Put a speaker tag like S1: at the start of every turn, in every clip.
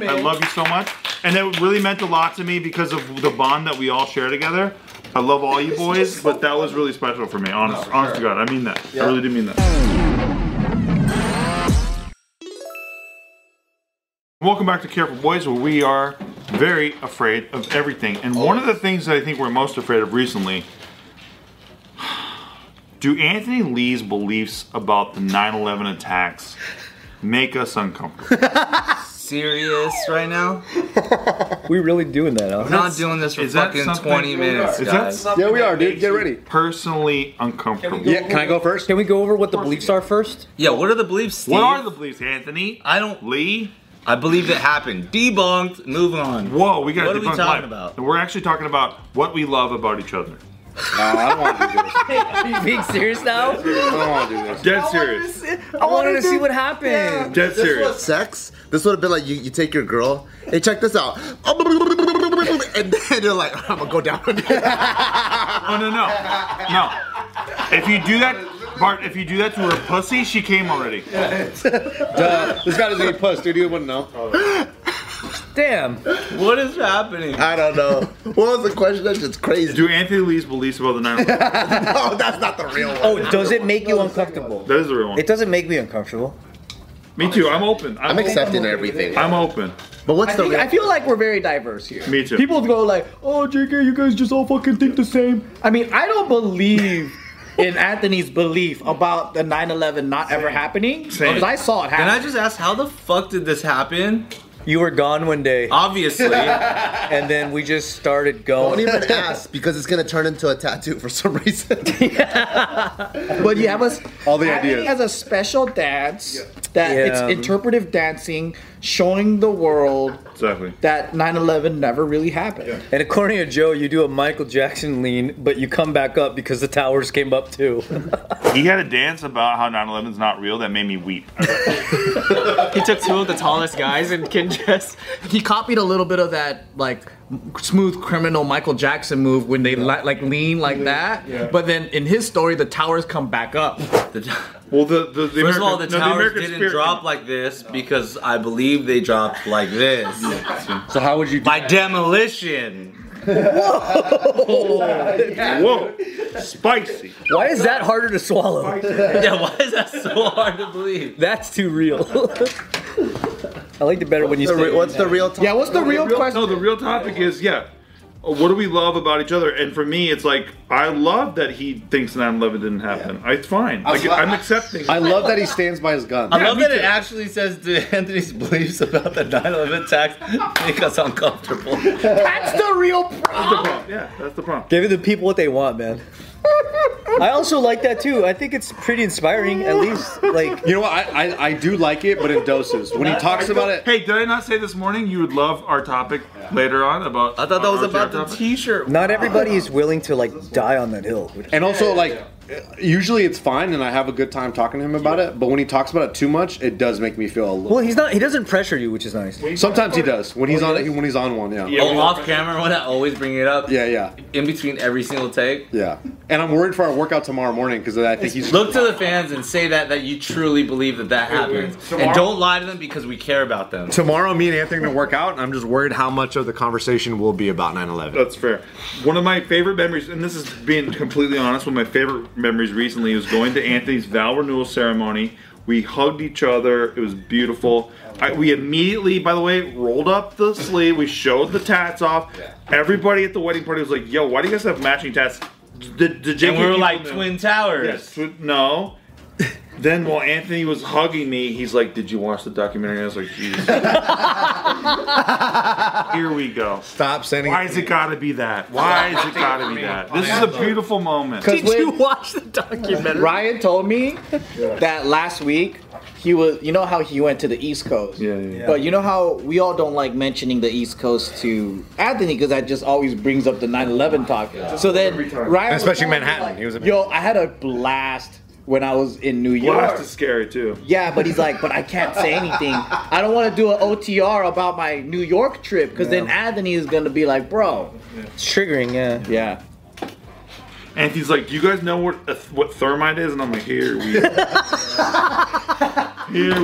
S1: I love you so much. And it really meant a lot to me because of the bond that we all share together. I love all you boys, but that was really special for me, honest, honest to God. I mean that. I really do mean that. Welcome back to Careful Boys, where we are very afraid of everything. And one of the things that I think we're most afraid of recently do Anthony Lee's beliefs about the 9 11 attacks make us uncomfortable?
S2: Serious right now?
S3: We really doing that, huh?
S2: I'm not doing this for
S1: is that
S2: fucking
S1: something-
S2: 20 minutes,
S1: Is that
S2: guys.
S1: something
S4: Yeah, we are, dude.
S1: makes
S4: Get
S1: you
S4: ready.
S1: Personally uncomfortable.
S4: Yeah, can I go first?
S3: Can we go over what the beliefs are first?
S2: yeah, what are the beliefs, Steve?
S1: What are the beliefs, Anthony?
S2: I don't.
S1: Lee?
S2: I believe it happened. Debunked. Move on.
S1: Whoa, we got
S2: What
S1: to
S2: are we
S1: debunk
S2: talking
S1: life.
S2: about?
S1: And we're actually talking about what we love about each other.
S4: No, I don't want to do this.
S3: Are you being serious now?
S4: I don't want to do this.
S1: Dead serious.
S3: I wanted to see what happened.
S1: Dead serious.
S5: sex, this would have been like you, you take your girl, hey, check this out. And then you're like, I'm gonna go down.
S1: Oh no no no! If you do that, Bart, if you do that to her pussy, she came already.
S4: Duh. This guy doesn't eat puss, dude. You wouldn't know.
S3: Damn.
S2: What is happening?
S5: I don't know. What was the question? That's just crazy.
S1: Do Anthony Lee's beliefs about the 9 That
S5: No, that's not the real one.
S3: Oh, does it make you uncomfortable?
S1: is the real one.
S3: It doesn't make me uncomfortable.
S1: Me too. I'm open.
S5: I'm
S1: I'm, open.
S5: accepting everything.
S1: I'm open.
S5: But what's
S6: I,
S5: the
S6: think,
S5: real
S6: I feel like we're very diverse here.
S1: Me too.
S6: People go like, "Oh, JK, you guys just all fucking think the same." I mean, I don't believe in Anthony's belief about the 9/11 not ever happening
S1: Same.
S6: because I saw it happen.
S2: Can I just ask, how the fuck did this happen?
S3: You were gone one day,
S2: Obviously.
S3: and then we just started
S5: Don't
S3: going.
S5: even ask because it's gonna turn into a tattoo for some reason.
S6: But yeah, it was
S4: All the
S6: Anthony
S4: ideas.
S6: has a special dance that
S3: Yeah.
S6: it's interpretive dancing, showing the world
S1: Exactly.
S6: that 9/11 never really happened.
S3: And according to Joe, you do a Michael Jackson lean, but you come back up because the towers came up too.
S1: He had a dance about how 9/11 is not real that made me weep.
S6: He took two of the tallest guys and can just. He copied a little bit of that like smooth criminal Michael Jackson move when they li- like lean like that. But then in his story, the towers come back up.
S2: The-
S1: Well, the the, the
S2: First
S1: American,
S2: of all, the
S1: no,
S2: towers
S1: American
S2: didn't
S1: spirit-
S2: drop like this because I believe they dropped like this
S3: so how would you? Do
S2: by demolition.
S1: Whoa, spicy.
S3: Why is that harder to swallow?
S2: Yeah, why is that so hard to believe?
S3: That's too real. I liked it better when you
S5: The
S3: said.
S5: re- what's the real time?
S6: Yeah, what's the real question?
S1: No, the real topic is yeah. What do we love about each other? And for me, it's like I love that he thinks 9/11 didn't happen. It's fine. Like,
S4: love-
S1: I'm accepting.
S4: I love that he stands by his gun.
S2: I love
S1: me
S2: that it
S1: too.
S2: actually says to Anthony's beliefs about the 9 11 attacks make us uncomfortable.
S6: That's the real problem.
S1: yeah, that's the problem.
S3: Give the people what they want, man. I also like that too. I think it's pretty inspiring, at least. Like,
S4: You know what? I, I, I do like it, but in doses. When he talks about it,
S1: Hey, did I not say this morning you would love our topic later on about?
S2: I thought that was
S1: our
S2: about the
S1: topic?
S2: t shirt.
S3: not everybody is willing to like die on that hill.
S4: and also like, usually it's fine, and I have a good time talking to him about it. But when he talks about it too much, it does make me feel a little.
S3: Well, he's not. He doesn't pressure you, which is nice.
S4: Sometimes he does when he's on when he's on one. Yeah. Yeah.
S2: Oh, off camera when I always bring it up.
S4: Yeah. Yeah.
S2: In between every single take.
S4: And I'm worried for our workout tomorrow morning because I think he's.
S2: Look to the fans and say that that you truly believe that that happens, and don't lie to them because we care about them.
S4: Tomorrow, me and Anthony are gonna work out, and I'm just worried how much of the conversation will be about 9/11.
S1: That's fair. One of my favorite memories, and this is being completely honest, one of my favorite memories recently was going to Anthony's vow renewal ceremony. We hugged each other. It was beautiful. I, we immediately, by the way, rolled up the sleeve. We showed the tats off. Everybody at the wedding party was like, "Yo, why do you guys have matching tats?" The, the JK
S2: and we were
S1: people
S2: like
S1: knew.
S2: twin towers.
S1: Yes. tw- No. Then while Anthony was hugging me, he's like, "Did you watch the documentary?" I was like, "Jesus." Here we go.
S4: Stop sending.
S1: Why is it gotta be that? Why is it gotta be that? This is a beautiful moment.
S6: Did
S3: you
S6: watch the documentary? Ryan told me that last week he was. You know how he went to the East Coast.
S1: Yeah, yeah, yeah.
S6: But you know how we all don't like mentioning the East Coast to Anthony because that just always brings up the 9/11 talk. So then Ryan, was
S4: Especially
S6: telling me,
S4: Manhattan. He was in
S6: Yo, I had a blast when I was in New York.
S1: Blast is scary too.
S6: Yeah, but he's like, but I can't say anything. I don't want to do an OTR about my New York trip because then Anthony is gonna be like, bro.
S3: It's triggering, yeah.
S6: Yeah.
S1: Anthony's like, "Do you guys know what uh, what thermite is?" And I'm like, "Here we, here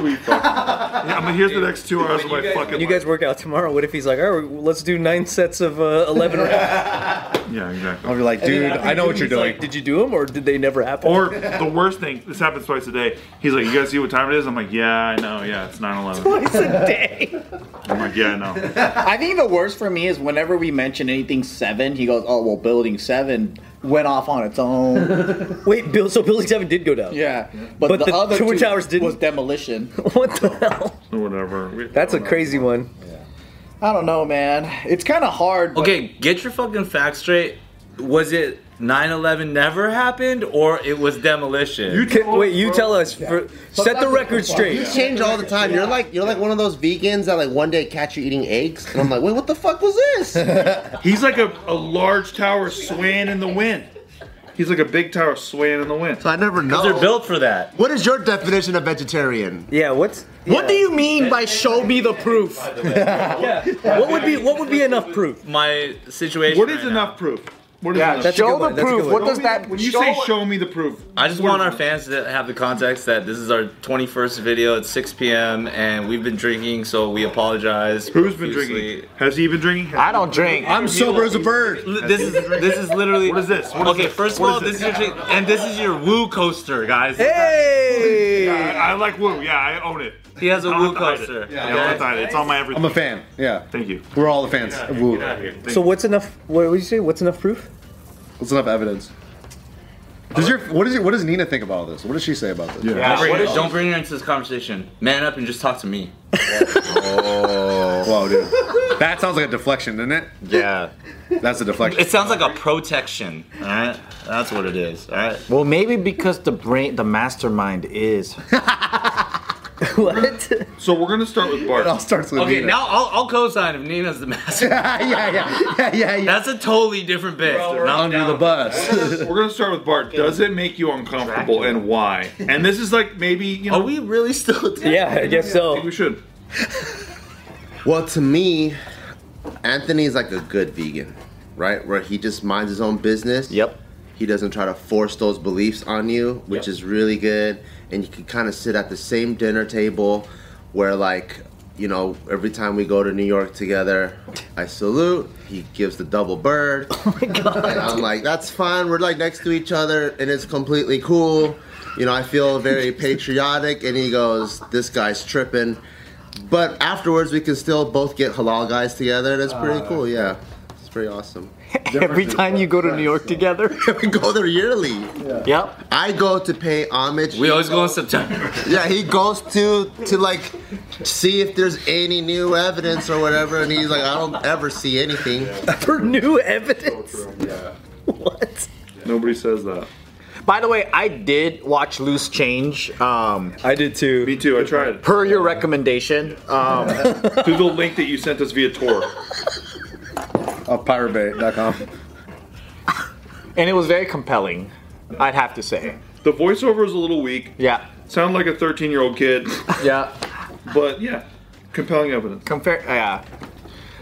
S1: we fucking." Yeah, I'm like, "Here's the next two hours of my fucking."
S3: You guys work out tomorrow. What if he's like, all right, let's do nine sets of uh, 11 rounds?
S1: life." Yeah, exactly.
S4: I'll be like, dude, I know what you're
S3: He's like,
S4: doing.
S3: did you do them or did they never happen?
S1: Or the worst thing, this happens twice a day. He's like, "You guys see what time it is?" I'm like, "Yeah, I know. Yeah, it's 9:11."
S3: Twice a day.
S1: I'm like, "Yeah, I know."
S6: I think the worst for me is whenever we mention anything seven, he goes, "Oh well, building seven went off on its own."
S3: Wait, Bill. So Building Seven did go down.
S6: yeah, but,
S3: But
S6: the,
S3: the
S6: other
S3: two
S6: two
S3: towers didn't.
S6: was demolition.
S3: What the hell?
S1: Or whatever. We-
S3: That's a
S1: whatever.
S3: crazy one.
S6: I don't know, man. It's kind of hard. but-
S2: Okay, get your fucking facts straight. Was it 9/11 never happened or it was demolition?
S1: You
S3: K-
S1: told-
S3: Wait, you tell us. For, set the record straight.
S5: You change all the time. You're like you're like one of those vegans that like one day catch you eating eggs, and I'm like, wait, what the fuck was this?
S1: He's like a, a large tower swaying in the wind. He's like a big tower swaying in the wind.
S5: I never
S2: They're
S5: know.
S2: built for that.
S5: What is your definition of vegetarian?
S3: Yeah. What's
S7: What do you mean by show me the proof?
S3: what would be what would be enough proof?
S2: My situation.
S1: What is
S2: right now.
S1: enough proof? What is enough?
S3: That's a
S6: show
S3: good
S6: the
S3: one, that's a
S6: proof.
S3: good
S6: What
S3: one.
S6: does that?
S1: When you
S6: show
S1: say "show me the proof,"
S2: I just want our fans to have the context that this is our 21st video. It's 6 p.m. and we've been drinking, so we apologize.
S1: Who's been
S2: profusely.
S1: drinking? Has he been drinking?
S6: I don't drink.
S4: I'm sober as a bird.
S2: Li- This is this is literally.
S1: What is this? What is
S2: okay,
S1: this?
S2: first of
S1: What
S2: all,
S1: is
S2: this is
S1: this?
S2: your drink, and this is your woo coaster, guys.
S1: I,
S3: Hey.
S1: I like Woo. Yeah, I own it.
S2: He has a
S1: I don't
S2: woo
S1: have to hide it.
S2: coaster.
S1: Yeah, I don't have to hide it. It's on my everything.
S4: I'm a fan. Yeah,
S1: Thank you.
S4: we're all the fans. Woo.
S3: So what's enough? What would you say? What's enough proof?
S4: That's enough evidence. Does your what is your, what does Nina think about all this? What does she say about this?
S1: Yeah.
S2: What is- don't bring her into this conversation. Man up and just talk to me.
S4: Oh. Wow, dude, that sounds like a deflection, doesn't it?
S2: Yeah.
S4: That's a deflection.
S2: It sounds like a protection. All right, that's what it is. All right.
S6: Well, maybe because the brain, the mastermind is.
S3: What?
S1: So we're gonna start with
S4: It all
S1: Bart.
S4: starts with
S2: Okay,
S4: Nina.
S2: now I'll, I'll co-sign if Nina's the master.
S4: yeah, yeah, yeah, yeah, yeah.
S2: That's a totally different bit. Not
S4: Under the bus.
S1: We're gonna start with Bart. Does it make you uncomfortable, and why? And this is like maybe you know.
S2: Are we really still?
S3: yeah, I guess
S1: I think
S3: so.
S1: we should.
S5: Well, to me, Anthony's like a good vegan, right? Where he just minds his own business.
S6: Yep.
S5: He doesn't try to force those beliefs on you, which is really good. And you can kind of sit at the same dinner table where, like, you know, every time we go to New York together, I salute. He gives the double bird. Oh my God. And I'm like, that's fine. We're like next to each other and it's completely cool. You know, I feel very patriotic. And he goes, this guy's tripping. But afterwards, we can still both get halal guys together. That's pretty cool. Yeah. It's pretty awesome.
S7: Every time you go to New York together.
S5: we go there yearly.
S7: Yep.
S5: I go to pay homage.
S2: We always go in September.
S5: yeah, he goes to to like see if there's any new evidence or whatever, and he's like, I don't ever see anything.
S3: For new evidence. What?
S1: Nobody says that.
S7: By the way, I did watch Loose Change um,
S3: I did
S1: Me
S3: too.
S1: too. I tried
S7: per your recommendation. Um,
S1: through the link that you sent us via Tor.
S4: Off piratebay.com.
S7: and it was very compelling, I'd have to say.
S1: The voiceover is a little weak.
S7: Yeah.
S1: Sound like a 13 year old kid,
S7: Yeah.
S1: but yeah, compelling evidence.
S7: Compare. uh, Yeah.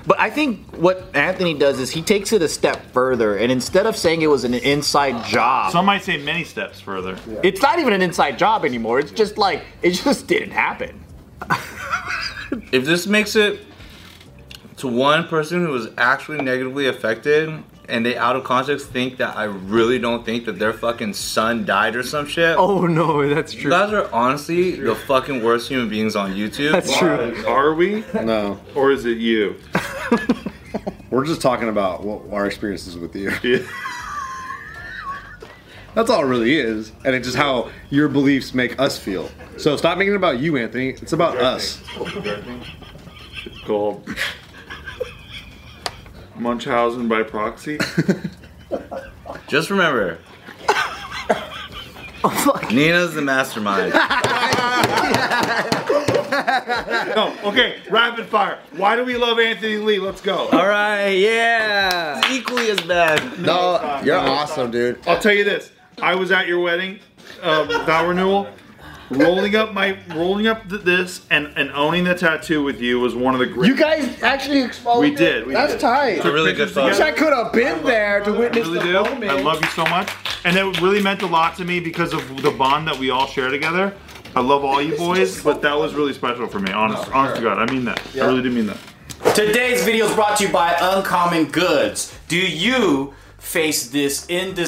S7: But I think what Anthony does is he takes it a step further, and instead of saying it was an inside job,
S1: Some might say many steps further.
S7: it's not even an inside job anymore. It's just like it just didn't happen.
S2: If this makes it to one person who was actually negatively affected, and they out of context think that I really don't think that their fucking son died or some shit.
S7: Oh no, that's
S2: You
S7: true.
S2: guys are honestly the fucking worst human beings on YouTube.
S7: That's true.
S1: Are we,
S4: No,
S1: or is it you?
S4: we're just talking about what our experiences with you. That's all it really is, and it's just how your beliefs make us feel. So stop making it about you, Anthony. It's about us.
S1: Gold. Munchausen by proxy.
S2: Just remember. Nina's the mastermind.
S1: No, okay, rapid fire. Why do we love Anthony Lee? Let's go.
S3: All right. Yeah.
S2: Equally as bad.
S5: No, you're awesome, dude.
S1: I'll tell you this. I was at your wedding, um, vow uh, renewal. rolling up my rolling up th- this and and owning the tattoo with you was one of the great.
S8: You guys actually exposed
S1: We
S8: it?
S1: did, we
S8: That's
S1: did.
S8: tight.
S2: It's a really good
S1: Pictures
S2: fuck.
S8: Wish I could have been there to witness
S1: really
S8: the
S1: do.
S8: moment.
S1: I love you so much, and it really meant a lot to me because of the bond that we all share together. I love all you boys, but that was really special for me. Honest, honest to God, I mean that. I really do mean that.
S6: Today's video is brought to you by Uncommon Goods. Do you face this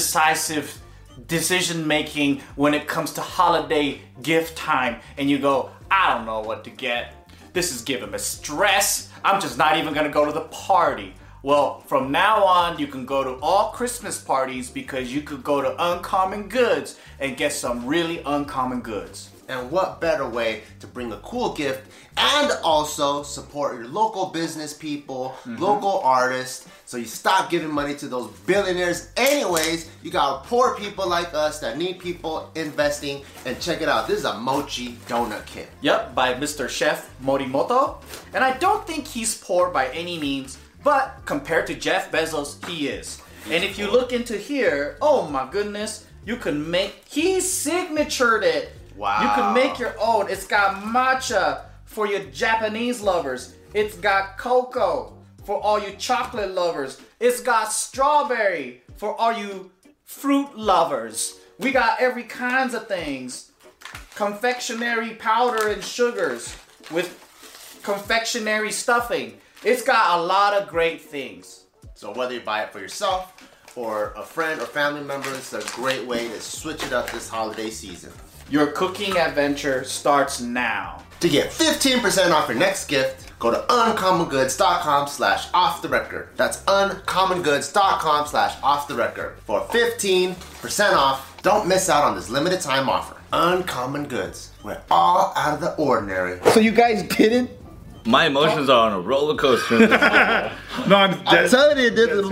S6: indecisive decision making when it comes to holiday gift time and you go, I don't know what to get? This is giving me stress. I'm just not even gonna go to the party. Well, from now on, you can go to all Christmas parties because you could go to Uncommon Goods and get some really uncommon goods.
S9: And what better way to bring a cool gift and also support your local business people, local artists, so you stop giving money to those billionaires anyways. You got poor people like us that need people investing and check it out. This is a mochi donut kit.
S6: Yep, by Mr. Chef Morimoto. And I don't think he's poor by any means, but compared to Jeff Bezos, he is. And if you look into here, oh my goodness, you can make. He signatured it!
S9: Wow.
S6: You can make your own. It's got matcha for your Japanese lovers, it's got cocoa for all you chocolate lovers, it's got strawberry for all you fruit lovers. We got every kinds of things confectionery powder and sugars with confectionery stuffing. It's got a lot of great things.
S9: So whether you buy it for yourself or a friend or family member, it's a great way to switch it up this holiday season.
S6: Your cooking adventure starts now.
S9: To get 15% off your next gift, go to uncommongoods.com slash off the record. That's uncommongoods.com slash off the record for 15% off. Don't miss out on this limited time offer. Uncommon Goods. We're all out of the ordinary.
S8: So you guys didn't?
S2: My emotions are on a roller coaster. in this-
S1: No, I'm dead.
S5: telling you, did the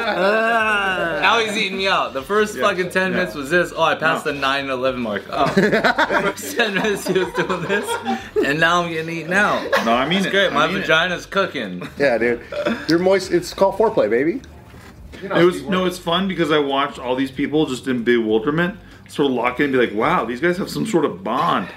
S2: now he's eating me out. The first fucking 10 minutes was this. Oh, I passed the 9 and 11 mark. Oh. first 10 minutes he was doing this. And now I'm getting eaten out.
S1: no, I mean
S2: It's
S1: it.
S2: great.
S1: I
S2: My
S1: mean it.
S2: vagina's cooking.
S4: Yeah, dude. You're moist. It's called foreplay, baby.
S1: It was no, it's fun because I watched all these people just in bewilderment, sort of lock in and be like, "Wow, these guys have some sort of bond,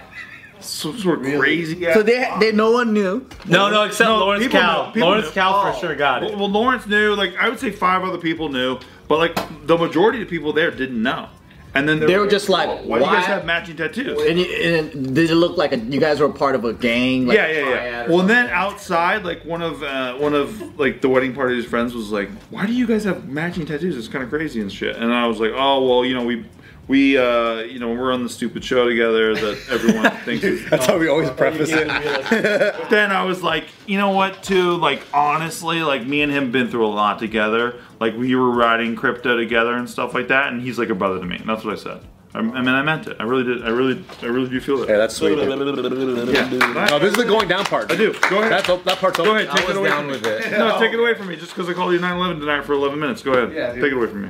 S1: some sort of crazy."
S10: So
S1: ass
S10: they, they no one knew.
S2: No, no, except
S1: No,
S2: Lawrence
S1: people
S2: Cow.
S1: know. People
S2: Lawrence
S1: know.
S2: Cow for sure got
S1: Well,
S2: it.
S1: well, Lawrence knew. Like I would say, five other people knew, but like the majority of the people there didn't know. And then "Oh,
S10: They were just like,
S1: "Why do you guys
S10: "Why?"
S1: have matching tattoos?"
S10: And, you, and did it look like a, you guys were part of a gang? Like
S1: yeah,
S10: a
S1: yeah, yeah.
S10: triad or
S1: Well, and
S10: something?
S1: then outside, like one of uh, one of like the wedding party's friends was like, "Why do you guys have matching tattoos? It's kind of crazy and shit." And I was like, "Oh, well, you know, we we uh, you know we're on the stupid show together that everyone thinks is."
S4: That's how we always preface it.
S1: But then I was like, you know what, too? Like, honestly, like, me and him been through a lot together. Like, we were riding crypto together and stuff like that, and he's like a brother to me. And that's what I said. I, I mean, I meant it. I really did. I really, I really do feel that.
S4: Yeah, that's sweet. dude.
S1: Yeah.
S4: No, Oh, this is the going down part.
S1: I do. Go ahead.
S4: That's, that part's
S1: Go
S4: over.
S1: ahead. Take
S2: I
S1: it
S2: was
S1: away
S2: down
S1: from me.
S2: with it.
S1: No, take it away from me. Just because I called you 9/11 tonight for 11 minutes. Go ahead. take it away from me.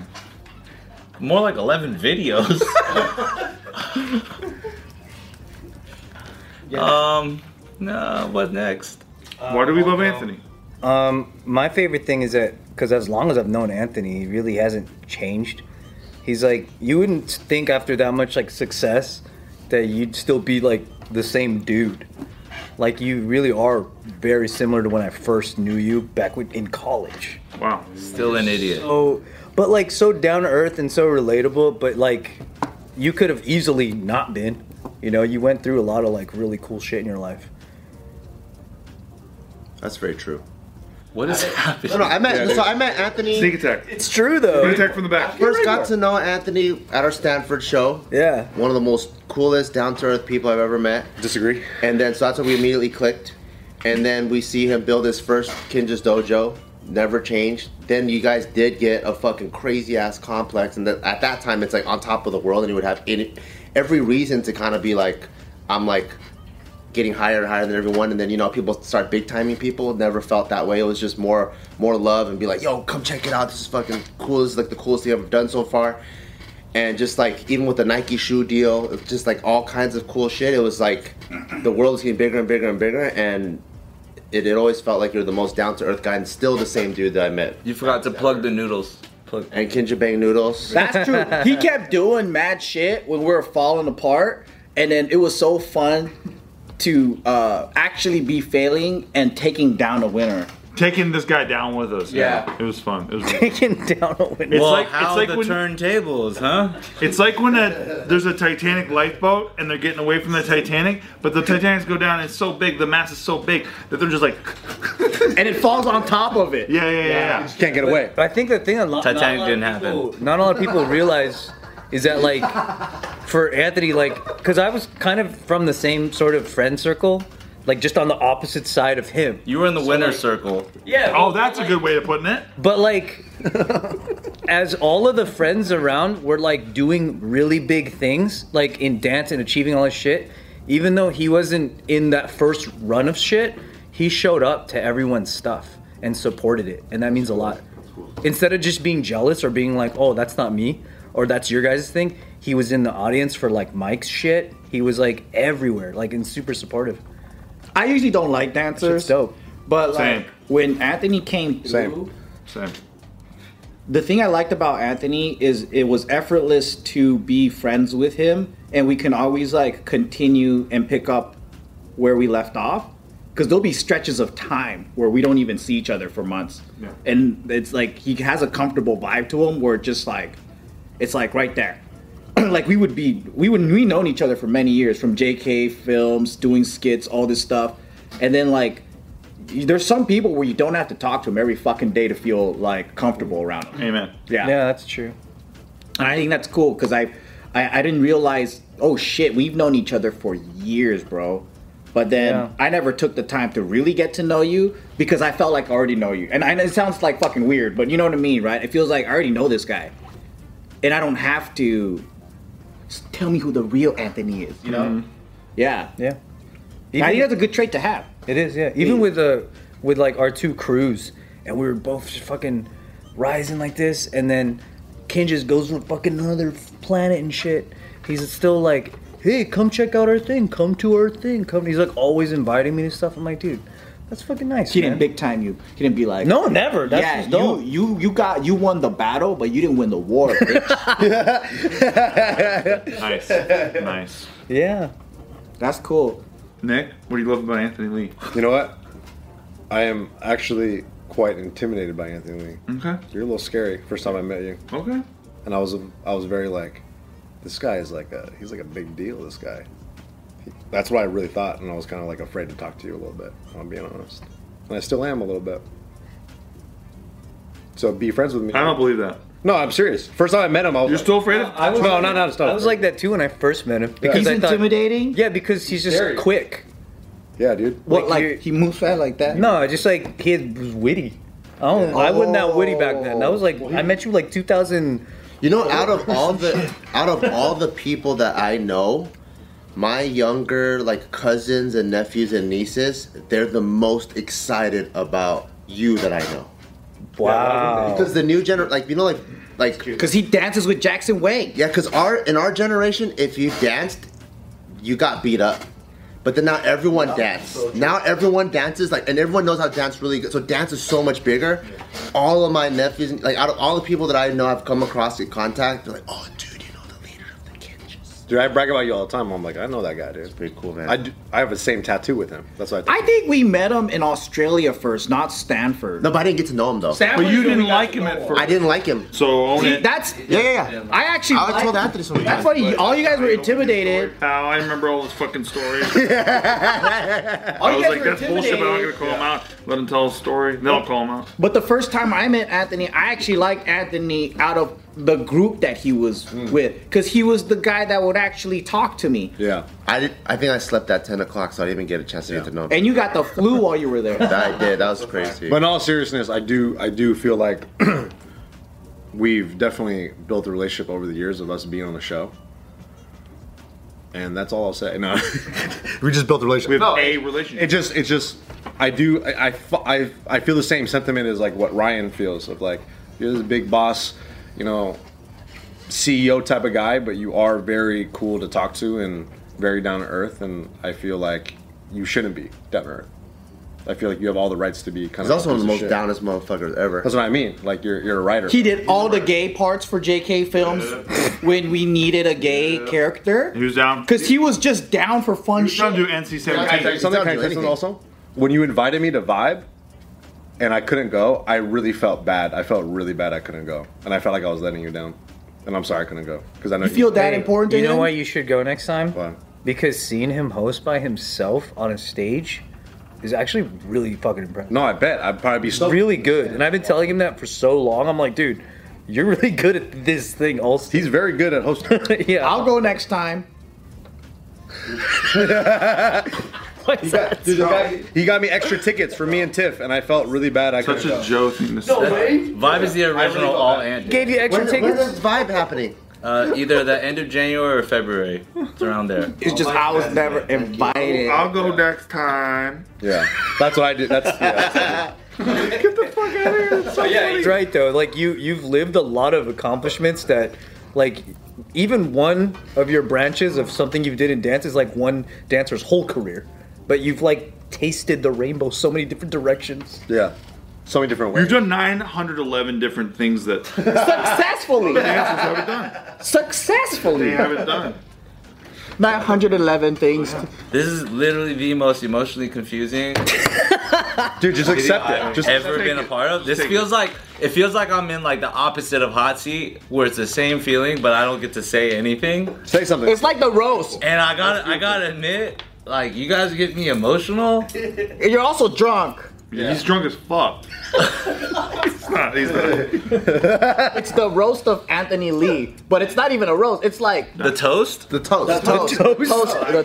S2: More like 11 videos. Um, no, what next?
S1: Why do we love Anthony?
S3: Um, my favorite thing is that because as long as I've known Anthony, he really hasn't changed. He's like you wouldn't think after that much like success that you'd still be like the same dude. Like you really are very similar to when I first knew you back when, in college.
S1: Wow.
S2: Still an idiot.
S3: Oh, but like so down to earth and so relatable. But like you could have easily not been. You know, you went through a lot of like really cool shit in your life.
S5: That's very true.
S2: What is happening?
S5: No, no, I met so I met Anthony.
S1: Sneak attack.
S3: It's true though.
S1: Sneak attack from the back.
S5: First got to know Anthony at our Stanford show.
S3: Yeah.
S5: One of the most coolest, down to earth people I've ever met.
S4: Disagree.
S5: And then so that's when we immediately clicked. And then we see him build his first Kinja's dojo. Never changed. Then you guys did get a fucking crazy ass complex, and that at that time it's like on top of the world, and he would have any, every reason to kind of be like, I'm like getting higher and higher than everyone, and then you know people start big timing people. Never felt that way. It was just more more love and be like, yo, come check it out. This is fucking cool. This is like the coolest thing I've ever done so far. And just like even with the Nike shoe deal, it was just like all kinds of cool shit. It was like the world was getting bigger and bigger and bigger, and it, it always felt like you're the most down to earth guy, and still the same dude that I met.
S2: You forgot to plug the noodles.
S3: plug.
S5: and Kinja Bang Noodles.
S6: That's true. he kept doing mad shit when we were falling apart, and then it was so fun to uh, actually be failing and taking down a winner.
S1: Taking this guy down with us.
S6: Yeah.
S1: It was fun. It was
S3: Taking down a window.
S1: It's
S2: well,
S1: like
S2: how
S1: it's like
S2: the
S1: when
S2: turntables, huh?
S1: it's like when a, there's a Titanic lifeboat and they're getting away from the Titanic, but the Titanics go down and it's so big, the mass is so big that they're just like,
S6: And it falls on top of it.
S1: yeah, yeah, yeah. yeah.
S4: Can't get away.
S3: But I think the thing a lot
S2: Titanic
S3: not a lot of
S2: didn't
S3: people- Not a lot of people realize is that like for Anthony, like because I was kind of from the same sort of friend circle, like just on the opposite side of him.
S2: You were in the winner's circle.
S3: Yeah.
S1: Oh, that's a good way of putting it.
S3: But like, as all of the friends around were like doing really big things, like in dance and achieving all this shit, even though he wasn't in that first run of shit, he showed up to everyone's stuff and supported it, and that means a lot. Instead of just being jealous or being like, "Oh, that's not me," or "That's your guys' thing," he was in the audience for like Mike's shit. He was like everywhere, like and super supportive.
S6: I usually don't like
S3: It's
S6: dancers,
S3: dope.
S6: but like
S1: Same.
S6: when Anthony came through,
S4: Same.
S1: Same.
S6: the thing I liked about Anthony is it was effortless to be friends with him, and we can always like continue and pick up where we left off. Because there'll be stretches of time where we don't even see each other for months,
S1: Yeah.
S6: and it's like he has a comfortable vibe to him where it's just like it's like right there. like we would be we would we known each other for many years from JK films, doing skits, all this stuff, and then like. you- There's some people where you don't have to talk to them every fucking day to feel like comfortable around them.
S1: Amen.
S6: Yeah.
S3: Yeah, that's true.
S6: And I think that's cool because I, I I didn't realize oh shit we've known each other for years, bro. But then
S3: Yeah.
S6: I never took the time to really get to know you because I felt like I already know you. And I, it sounds like fucking weird, but you know what I mean, right? It feels like I already know this guy, and I don't have to s- tell me who the real Anthony is. You know? Yeah.
S3: Yeah.
S6: I think that's a good trait to have.
S3: It is, yeah. Even with uh, with like our two crews, and we were both just fucking rising like this, and then Ken just goes to fucking another planet and shit. He's still like, hey, come check out our thing, come to our thing, come. He's like always inviting me to stuff. I'm like, dude, that's fucking nice.
S6: He didn't
S3: man."
S6: big time you. He didn't be like
S3: No, never. That's
S6: yeah,
S3: what's dope.
S6: you you you got you won the battle, but you didn't win the war. Bitch.
S1: Nice. nice.
S3: yeah.
S6: That's cool.
S1: Nick, what do you love about Anthony Lee?
S4: You know what? I am actually quite intimidated by Anthony Lee.
S1: Okay.
S4: You're a little scary. First time I met you,
S1: Okay.
S4: and I was I was very like, this guy is like a he's like a big deal. This guy. That's what I really thought, and I was kind of like afraid to talk to you a little bit. If I'm being honest, and I still am a little bit. So be friends with me.
S1: I don't believe that.
S4: No, I'm serious. First time I met him, I was
S1: You're
S4: like-
S1: still afraid of?
S4: was no, no, no, stop.
S3: I was like that too when I first met him because
S6: He's
S3: I thought,
S6: intimidating.
S3: yeah, because he's just
S4: Scary.
S3: quick.
S4: yeah, dude.
S6: What,
S3: Like,
S6: like,
S3: you're-
S6: he moves fast like that?
S3: No, just like he was witty. I don't. I wasn't that witty back then. That was like I met you like 2000.
S5: You know, out of all the out of all the people that I know, my younger like cousins and nephews and nieces, they're the most excited about you that I know.
S6: Oh.
S3: Wow.
S5: Because the new gener like you know, like like
S6: Because he dances with Jackson Wade.
S5: yeah, because our in our generation, if you danced, you got beat up. But then now everyone dances. now everyone dances like, and everyone knows how to dance really good. So dance is so much bigger. All of my nephews, like out of all the people that I know, I've come across in contact. They're like, oh, dude, you know the leader of the Kinjas.
S4: Dude, I brag about you all the time. I'm like, I know that guy, dude.
S5: Pretty cool, man.
S4: I, do, I have the same tattoo with him. That's what I.
S6: I think we met him in Australia first, not Stanford.
S5: no, but I didn't get to know him though.
S1: But you didn't like him at first.
S5: I didn't like him.
S1: so own
S6: See,
S1: it.
S6: that's
S5: Yeah, yeah, yeah.
S6: I actually.
S5: I told
S6: I-
S5: Anthony so many
S6: That's
S5: times.
S6: funny. All you guys were intimidated.
S1: Pal, I remember all his fucking stories. I was
S6: guys
S1: like,
S6: were
S1: that's bullshit, but I'm
S6: intimidated.
S1: gonna call him out. Let him tell his story. Then I'll call him out.
S6: But the first time I met Anthony, I actually liked Anthony out of the group that he was
S1: Hmm.
S6: with, because he was the guy that would actually talk to me.
S4: Yeah.
S5: I did. I think I slept at ten o'clock, so I didn't even get a chance to get to know him.
S6: And you got the flu while you were there.
S5: that I did. That was crazy.
S4: But in all seriousness, I do I do feel like we've definitely built a relationship over the years of us being on the show. And that's all I'll say. No, we just built a relationship.
S1: We have
S4: No,
S1: a
S4: it-
S1: relationship.
S4: It just, it just, I do, I, I, fe- I, I feel the same sentiment as like what Ryan feels of like you're this big boss, you know, CEO type of guy, but you are very cool to talk to and very down to earth. And I feel like you shouldn't be down to earth. I feel like you have all the rights to be kind
S5: He's
S4: of. a
S5: also one of the most
S4: piece shit.
S5: downest motherfuckers ever.
S4: That's what I mean. Like you're you're a writer.
S6: He did all the gay parts for JK films when we needed a gay character.
S1: He was down.
S6: Because he was just down for fun
S1: He's down
S6: shit.
S1: to NC
S4: Can I tell you
S1: 17.
S4: something?
S5: He
S4: Can
S5: doesn't
S4: I tell you
S5: do
S4: something also? When you invited me to vibe, and I couldn't go, I really felt bad. I felt really bad. I couldn't go, and I felt like I was letting you down. And I'm sorry I couldn't go because I know
S6: You feel that important to
S3: you know
S6: him?
S3: why you should go next time?
S4: Why?
S3: Because seeing him host by himself on a stage is actually really fucking impressive.
S4: No, I bet I'd probably be
S3: He's
S4: so
S3: really good, and I've been telling him that for so long. I'm like, dude, you're really good at this thing. Also,
S4: He's very good at hosting.
S3: yeah.
S6: I'll go next time.
S3: Why is that?
S4: Dude, the guy- he got me extra tickets for me and Tiff, and I felt really bad. I
S1: Such
S4: couldn't
S1: a
S4: go.
S1: Joe thing to say.
S2: Vibe is the original all and
S3: Gave you extra
S5: When, when
S3: tickets.
S5: is vibe happening?
S2: uh, either the end of January or February. It's around there.
S6: It's just I was never invited.
S1: I'll go next time.
S4: yeah, that's what I did. That's yeah.
S3: That's right though. Like you, you've lived a lot of accomplishments that, like, even one of your branches of something you did in dance is like one dancer's whole career. But you've like tasted the rainbow so many different directions.
S4: yeah. So many different
S1: You've
S4: ways.
S1: done 911 different things that dancers
S6: Successfully.
S1: haven't done. They
S6: Successfully.
S1: haven't done.
S6: 911 things.
S2: This is literally the most emotionally confusing
S4: Dude, just accept it. Just
S2: ever
S1: take
S2: been a
S1: it.
S2: part of. This
S1: Take
S2: feels like it feels like I'm in like the opposite of hot seat, where it's the same feeling, but I don't get to say anything.
S4: say something.
S6: It's like the roast.
S2: And I got to I gotta admit, like you guys get me emotional.
S6: And You're also drunk.
S1: He's drunk as fuck. he's not. He's not.
S6: It's the roast of Anthony Lee, but it's not even a roast. It's like
S2: The toast.
S5: The toast.
S6: the toast. toast. the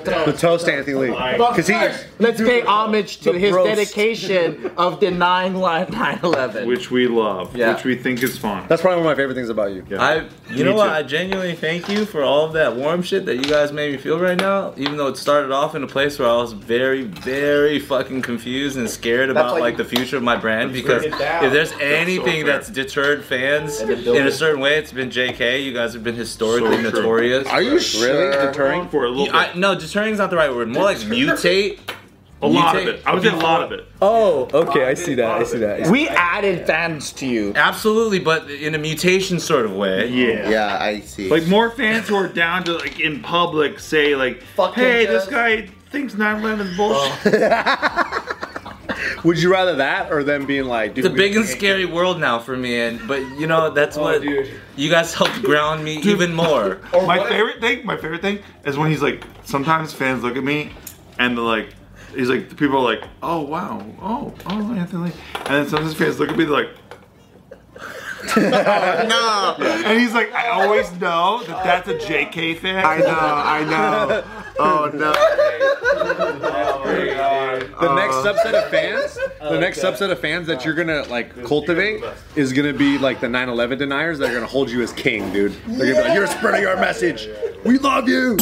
S4: the
S6: toast.
S4: toast, to Anthony Lee. Because
S6: But
S4: he,
S6: first, let's pay homage to
S3: The
S6: his
S3: roast.
S6: dedication of denying 9/11.
S1: Which we love.
S2: Yeah.
S1: Which we think is fun.
S4: that's probably one of my favorite things about you.
S1: Yeah.
S2: I,
S1: Me
S2: you know what?
S1: too.
S2: I genuinely thank you for all of that warm shit that you guys made me feel right now. Even though it started off in a place where I was very, very fucking confused and scared about
S6: why
S2: like the
S6: you-
S2: future of my brand. Because
S6: Break it down.
S2: if there's
S1: fair.
S2: anything that's deterred fans
S6: then build
S2: in a
S6: it.
S2: certain way, it's been JK. You guys have been historically
S1: So true.
S2: notorious.
S4: Are you really deterring?
S1: for a little bit.
S2: I, no, deterring's not the right word. More like mutate.
S1: a lot
S2: mutate.
S1: of it. I would say a lot of it.
S3: Oh, okay. I see that. I see that.
S6: We added fans to you.
S2: Absolutely, but in a mutation sort of way.
S1: Yeah.
S5: Yeah, I see.
S1: Like more fans who are down to like in public say like, hey, this guy thinks 9/11 is bullshit.
S4: Would you rather that or them being like, dude,
S2: It's a
S4: we-
S2: big and scary world now for me, and but you know that's
S6: Oh,
S2: what you guys helped ground me even more.
S1: my favorite thing, my favorite thing is when he's like, sometimes fans look at me and they're like, he's like, the people are like, oh wow, oh, oh, Anthony, Lee." and then sometimes fans look at me they're like. no, and he's like, I always know that that's a JK fan. I know, I know. Oh no.
S4: the next subset of fans, the next subset of fans that you're gonna like cultivate is gonna be like the 9/11 deniers that are gonna hold you as king, dude. They're gonna be like, you're spreading our message. We love you.